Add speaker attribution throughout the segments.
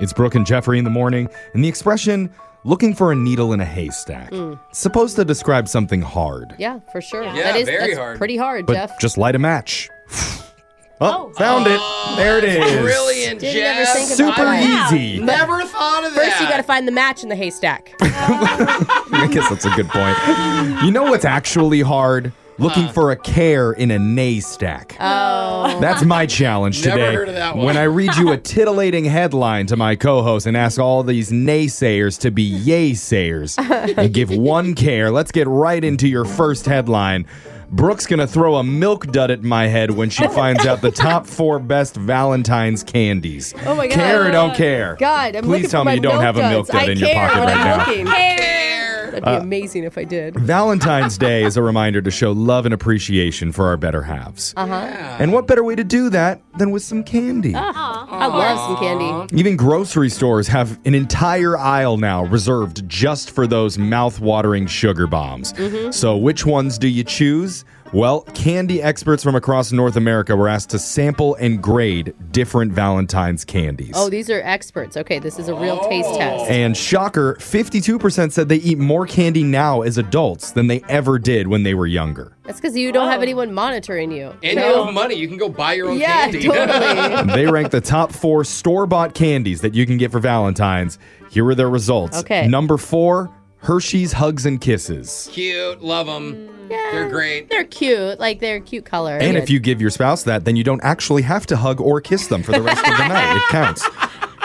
Speaker 1: It's Brooke and Jeffrey in the morning, and the expression looking for a needle in a haystack it's supposed to describe something hard.
Speaker 2: Yeah, for sure.
Speaker 3: Yeah,
Speaker 2: that is
Speaker 3: very
Speaker 2: that's
Speaker 3: hard.
Speaker 2: pretty hard,
Speaker 1: But
Speaker 2: Jeff.
Speaker 1: just light a match. oh,
Speaker 4: Oh.
Speaker 1: found it. There it is.
Speaker 3: Oh, Brilliant,
Speaker 2: Didn't
Speaker 3: Jeff.
Speaker 2: ever think about
Speaker 1: Super
Speaker 2: it.
Speaker 1: easy.
Speaker 3: Never thought of that.
Speaker 2: First, you got to find the match in the haystack.
Speaker 1: I guess that's a good point. You know what's actually hard? Looking for a care in a nay stack.
Speaker 2: Oh,
Speaker 1: That's my challenge
Speaker 3: Never
Speaker 1: today.
Speaker 3: heard of that one.
Speaker 1: When I read you a titillating headline to my co host and ask all these naysayers to be yay sayers and give one care, let's get right into your first headline. Brooke's going to throw a milk dud at my head when she finds out the top four best Valentine's candies.
Speaker 2: Oh my God.
Speaker 1: Care or don't care.
Speaker 2: God, I'm looking
Speaker 1: Please
Speaker 2: for
Speaker 1: tell me
Speaker 2: my
Speaker 1: you don't have a milk
Speaker 2: milk duds.
Speaker 1: dud
Speaker 2: I
Speaker 1: in your
Speaker 2: care
Speaker 1: pocket
Speaker 2: when
Speaker 1: right
Speaker 2: I'm
Speaker 1: now. Uh,
Speaker 2: looking.
Speaker 4: Care.
Speaker 2: That'd be amazing if I did.
Speaker 1: Valentine's Day is a reminder to show love and appreciation for our better halves.
Speaker 2: Uh huh.
Speaker 1: And what better way to do that than with some candy?
Speaker 2: I love some candy.
Speaker 1: Even grocery stores have an entire aisle now reserved just for those mouth-watering sugar bombs. So which ones do you choose? Well, candy experts from across North America were asked to sample and grade different Valentine's candies.
Speaker 2: Oh, these are experts. Okay, this is a real taste test.
Speaker 1: And shocker, 52% said they eat more candy now as adults than they ever did when they were younger.
Speaker 2: That's because you don't have anyone monitoring you.
Speaker 3: And you have money. You can go buy your own
Speaker 2: Yeah,
Speaker 3: candy.
Speaker 2: totally.
Speaker 1: they ranked the top four store-bought candies that you can get for Valentine's. Here are their results.
Speaker 2: Okay.
Speaker 1: Number four, Hershey's Hugs and Kisses.
Speaker 3: Cute. Love them. They're great.
Speaker 2: They're cute. Like they're cute color.
Speaker 1: And if you give your spouse that, then you don't actually have to hug or kiss them for the rest of the night. It counts.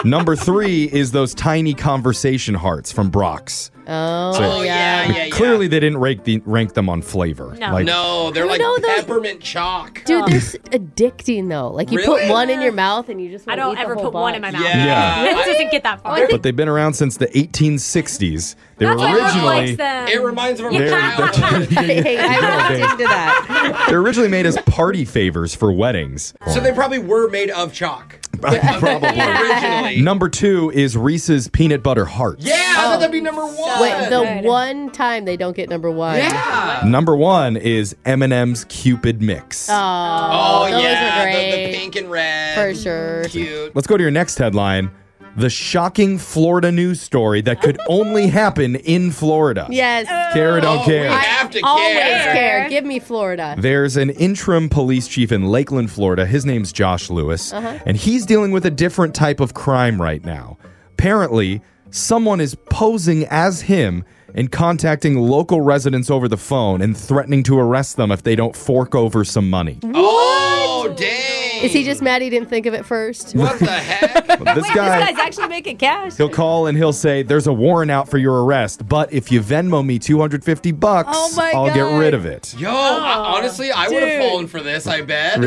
Speaker 1: Number three is those tiny conversation hearts from Brock's.
Speaker 2: oh,
Speaker 3: Oh,
Speaker 2: yeah.
Speaker 3: yeah, yeah, yeah.
Speaker 1: Clearly, they didn't rank, the, rank them on flavor.
Speaker 4: No.
Speaker 3: No, they're like
Speaker 2: know those-
Speaker 3: peppermint chalk.
Speaker 2: Dude, they're s- addicting though. Like you put
Speaker 3: Really?
Speaker 2: one in your mouth and you just
Speaker 4: I
Speaker 2: wanna eat
Speaker 4: don't
Speaker 2: the
Speaker 4: ever
Speaker 2: whole
Speaker 4: put
Speaker 2: box.
Speaker 4: one in my mouth.
Speaker 3: Yeah.
Speaker 1: Yeah.
Speaker 4: This doesn't get that far.
Speaker 1: But they've been around since the 1860s. They were
Speaker 4: Oh, That's why everyone
Speaker 1: originally.
Speaker 4: likes them.
Speaker 3: It reminds me of a
Speaker 1: They're-
Speaker 3: brown.
Speaker 2: hey, I walked into that.
Speaker 1: They're originally made as party favors for weddings.
Speaker 3: So they probably were made of chalk.
Speaker 1: probably.
Speaker 3: Originally.
Speaker 1: Number two is Reese's peanut butter hearts.
Speaker 3: Yeah, I thought that'd be number one.
Speaker 2: Wait, the
Speaker 4: Good.
Speaker 2: one time they don't get number one.
Speaker 3: yeah.
Speaker 1: Number one is M&M's Cupid mix.
Speaker 2: Oh,
Speaker 3: Oh,
Speaker 2: those
Speaker 3: yeah.
Speaker 2: are
Speaker 3: the-
Speaker 2: great.
Speaker 3: The, pink and red.
Speaker 2: For sure.
Speaker 3: Cute.
Speaker 1: Let's go to your next headline. The shocking Florida news story that could only happen in Florida.
Speaker 2: Yes.
Speaker 1: Care or don't
Speaker 3: Oh,
Speaker 1: care.
Speaker 3: we have to
Speaker 2: Always
Speaker 3: care.
Speaker 2: care. Give me Florida.
Speaker 1: There's an interim police chief in Lakeland, Florida. His name's Josh Lewis, and he's dealing with a different type of crime right now. Apparently, someone is posing as him and contacting local residents over the phone and threatening to arrest them if they don't fork over some money.
Speaker 3: Oh, dang.
Speaker 2: Is he just mad he didn't think of it first?
Speaker 3: What the heck?
Speaker 1: But this
Speaker 4: Wait,
Speaker 1: guy,
Speaker 4: this guy's actually making cash.
Speaker 1: he'll call and he'll say, "There's a warrant out for your arrest, but if you Venmo me 250 bucks,
Speaker 2: Oh my
Speaker 1: I'll get
Speaker 2: God.
Speaker 1: rid of it."
Speaker 3: Yo, I- honestly, I would have fallen for this, I bet.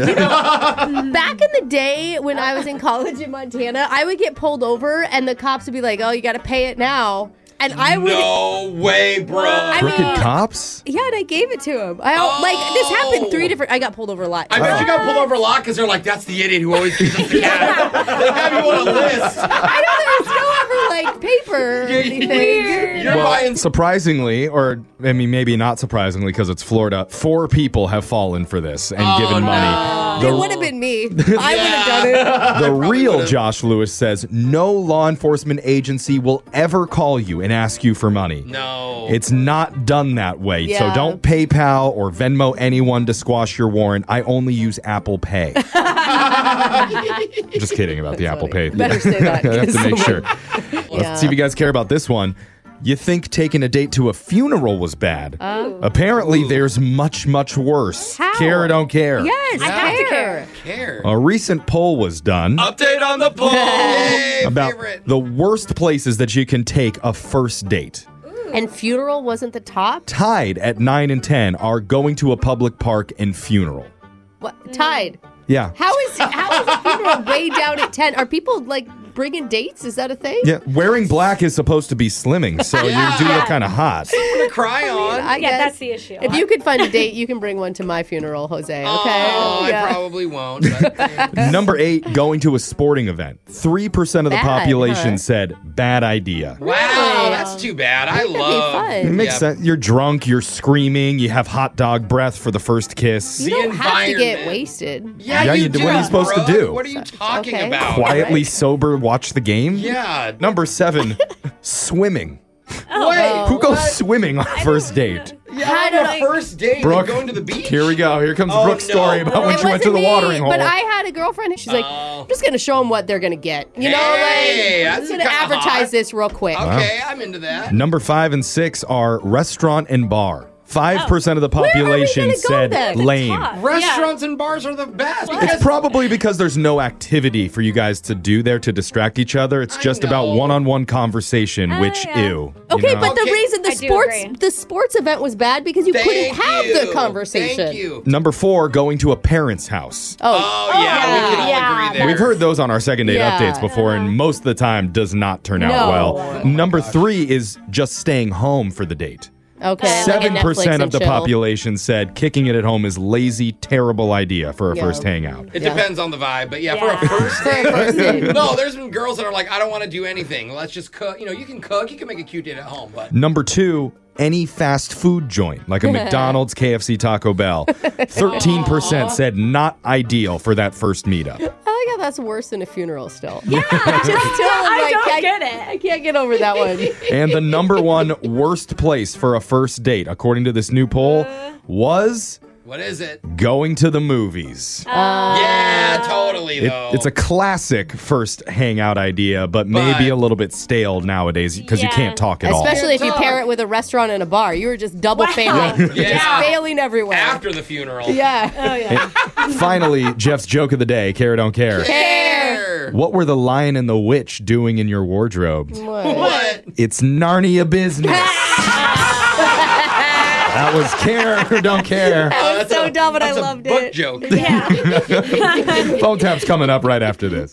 Speaker 2: Back in the day when I was in college in Montana, I would get pulled over and the cops would be like, "Oh, you got to pay it now," and I would.
Speaker 3: no way, bro.
Speaker 2: I
Speaker 3: I,
Speaker 2: mean-
Speaker 1: Crooked cops?
Speaker 2: Yeah, and I gave it to him. I al- like this happened three
Speaker 3: Oh.
Speaker 2: different. I got pulled over a lot.
Speaker 3: bet you got pulled over a lot because they're like, that's the idiot who always gives us the cat. They have you on a list.
Speaker 2: I know there's no ever like paper or anything.
Speaker 3: You're buying some.
Speaker 1: Surprisingly, or I mean, maybe not surprisingly because it's Florida, four people have fallen for this
Speaker 3: Oh,
Speaker 1: and given money.
Speaker 2: It would have been me. I would have done it.
Speaker 1: The real Josh Lewis says no law enforcement agency will ever call you and ask you for money.
Speaker 3: No.
Speaker 1: It's not done that way. So
Speaker 2: Yeah.
Speaker 1: don't PayPal or Venmo anyone to squash your warrant. I only use Apple Pay. Just kidding about the Apple Pay.
Speaker 2: Better say that.
Speaker 1: I have to make sure.
Speaker 2: Yeah.
Speaker 1: Let's see if you guys care about this one. You think taking a date to a funeral was bad? Apparently, there's much, much worse.
Speaker 2: Oh. How?
Speaker 1: Care or don't care.
Speaker 2: Yes,
Speaker 4: I have to care.
Speaker 3: care.
Speaker 1: A recent poll was done
Speaker 2: Uh,
Speaker 3: Update on the poll. Yay,
Speaker 1: Oh. about
Speaker 3: favorite.
Speaker 1: the worst places that you can take a first date.
Speaker 2: And funeral wasn't the top.
Speaker 1: Tied at 9 and 10 are going to a public park and funeral.
Speaker 2: What? Tied.
Speaker 1: Yeah.
Speaker 2: How is how is a funeral way down at ten? Are people like bringing dates? Is that a thing?
Speaker 1: Yeah, wearing black is supposed to be slimming, so
Speaker 3: Yeah.
Speaker 1: you do look kind of hot.
Speaker 3: to cry on.
Speaker 2: I
Speaker 4: yeah,
Speaker 2: guess.
Speaker 4: that's the issue.
Speaker 2: If you could find a date, you can bring one to my funeral, Jose. Okay.
Speaker 3: Oh,
Speaker 2: Yeah.
Speaker 3: I probably won't. but-
Speaker 1: Number eight, going to a sporting event. Three percent of the
Speaker 2: Bad,
Speaker 1: population
Speaker 2: huh?
Speaker 1: said bad idea.
Speaker 3: wow, that's too bad. I
Speaker 2: be
Speaker 3: love.
Speaker 2: fun.
Speaker 1: It makes
Speaker 3: Yeah.
Speaker 1: sense. You're drunk, you're screaming, you have hot dog breath for the first kiss.
Speaker 2: you
Speaker 3: The
Speaker 2: don't have to get
Speaker 3: environment.
Speaker 2: wasted.
Speaker 3: Yeah,
Speaker 1: Yeah,
Speaker 3: you
Speaker 1: you
Speaker 3: do.
Speaker 1: do- what are you supposed to
Speaker 3: bro.
Speaker 1: do?
Speaker 3: What are you talking
Speaker 2: okay.
Speaker 3: about?
Speaker 1: Quietly sober watch the game?
Speaker 3: Yeah.
Speaker 1: Number seven, swimming.
Speaker 3: Wait.
Speaker 1: Who goes swimming on first date?
Speaker 3: Yeah,
Speaker 2: How
Speaker 3: on
Speaker 2: did
Speaker 3: a
Speaker 2: I-
Speaker 3: first date,
Speaker 1: Brooke,
Speaker 3: going to the beach.
Speaker 1: Here we go. Here comes
Speaker 3: Oh,
Speaker 1: Brooke's
Speaker 3: no.
Speaker 1: story about when
Speaker 2: it
Speaker 1: she went
Speaker 2: wasn't
Speaker 1: to the
Speaker 2: me,
Speaker 1: watering hole.
Speaker 2: but I had a girlfriend. She's like,
Speaker 3: Oh.
Speaker 2: I'm just gonna show them what they're gonna get. You know,
Speaker 3: Hey,
Speaker 2: like I'm
Speaker 3: that's
Speaker 2: just gonna
Speaker 3: kinda hot. Uh,
Speaker 2: advertise this real quick.
Speaker 3: Okay, I'm into that.
Speaker 1: Number five and six are restaurant and bar. Five percent of the
Speaker 2: Oh. are we gonna
Speaker 1: population
Speaker 2: go
Speaker 1: said
Speaker 2: then? The
Speaker 1: lame.
Speaker 4: top.
Speaker 3: Restaurants and bars are the best.
Speaker 1: It's
Speaker 3: because-
Speaker 1: probably because there's no activity for you guys to do there to distract each other. It's
Speaker 3: I
Speaker 1: just about
Speaker 3: know.
Speaker 1: one-on-one conversation, which
Speaker 4: yeah.
Speaker 1: ew. you
Speaker 2: Ah, Okay,
Speaker 1: know?
Speaker 2: but the
Speaker 3: Okay.
Speaker 2: reason the
Speaker 4: I do
Speaker 2: sports
Speaker 4: agree.
Speaker 2: the sports event was bad because you
Speaker 3: Thank
Speaker 2: couldn't have
Speaker 3: you.
Speaker 2: the conversation.
Speaker 3: Thank you.
Speaker 1: number four, going to a parent's house.
Speaker 2: Oh,
Speaker 3: Oh, yeah, we can all
Speaker 4: Yeah.
Speaker 3: agree there.
Speaker 1: We've heard those on our second date
Speaker 2: Yeah.
Speaker 1: updates before, and most of the time does not turn out
Speaker 2: No.
Speaker 1: well.
Speaker 2: Oh
Speaker 1: Number three is just staying home for the date.
Speaker 2: okay. like a
Speaker 1: Seven percent
Speaker 2: Netflix
Speaker 1: of
Speaker 2: and
Speaker 1: the
Speaker 2: chill.
Speaker 1: population said kicking it at home is lazy, terrible idea for a
Speaker 2: Yeah.
Speaker 1: first hangout.
Speaker 3: It
Speaker 2: Yeah.
Speaker 3: depends on the vibe, but yeah, for
Speaker 4: Yeah.
Speaker 3: a first
Speaker 2: For a
Speaker 3: date.
Speaker 2: first date.
Speaker 3: no, there's been girls that are like, I don't want to do anything. Let's just cook. You know, you can cook. You can make a cute date at home, but
Speaker 1: Number two, any fast food joint like a McDonald's, KFC, Taco Bell. Thirteen percent said not ideal for that first meetup.
Speaker 2: I like how that's worse than a funeral still. Yeah, just still,
Speaker 4: I
Speaker 2: like,
Speaker 4: don't
Speaker 2: I-
Speaker 4: get it.
Speaker 2: I can't get over that one.
Speaker 1: And the number one worst place for a first date, according to this new poll, was
Speaker 3: what is it?
Speaker 1: going to the movies.
Speaker 2: Uh,
Speaker 3: yeah, totally
Speaker 1: It-
Speaker 3: though.
Speaker 1: it's a classic first hangout idea, but maybe
Speaker 3: Oh.
Speaker 1: a
Speaker 3: But-
Speaker 1: little bit stale nowadays because you
Speaker 4: Yeah.
Speaker 1: can't talk at all.
Speaker 2: Especially if you
Speaker 3: Talk.
Speaker 2: pair it with a restaurant and a bar. You were just double failing.
Speaker 3: Yeah.
Speaker 2: Just failing everywhere.
Speaker 3: after the funeral.
Speaker 2: Yeah.
Speaker 4: Oh yeah.
Speaker 1: Finally, Jeff's joke of the day, care or don't care.
Speaker 3: Care.
Speaker 1: What were the lion and the witch doing in your wardrobe?
Speaker 3: What?
Speaker 1: It's Narnia business. that was care or don't care.
Speaker 4: That was so dumb, and I
Speaker 3: Oh, That's a
Speaker 4: loved
Speaker 3: book
Speaker 4: it.
Speaker 3: joke.
Speaker 4: Yeah.
Speaker 1: Phone tap's coming up right after this.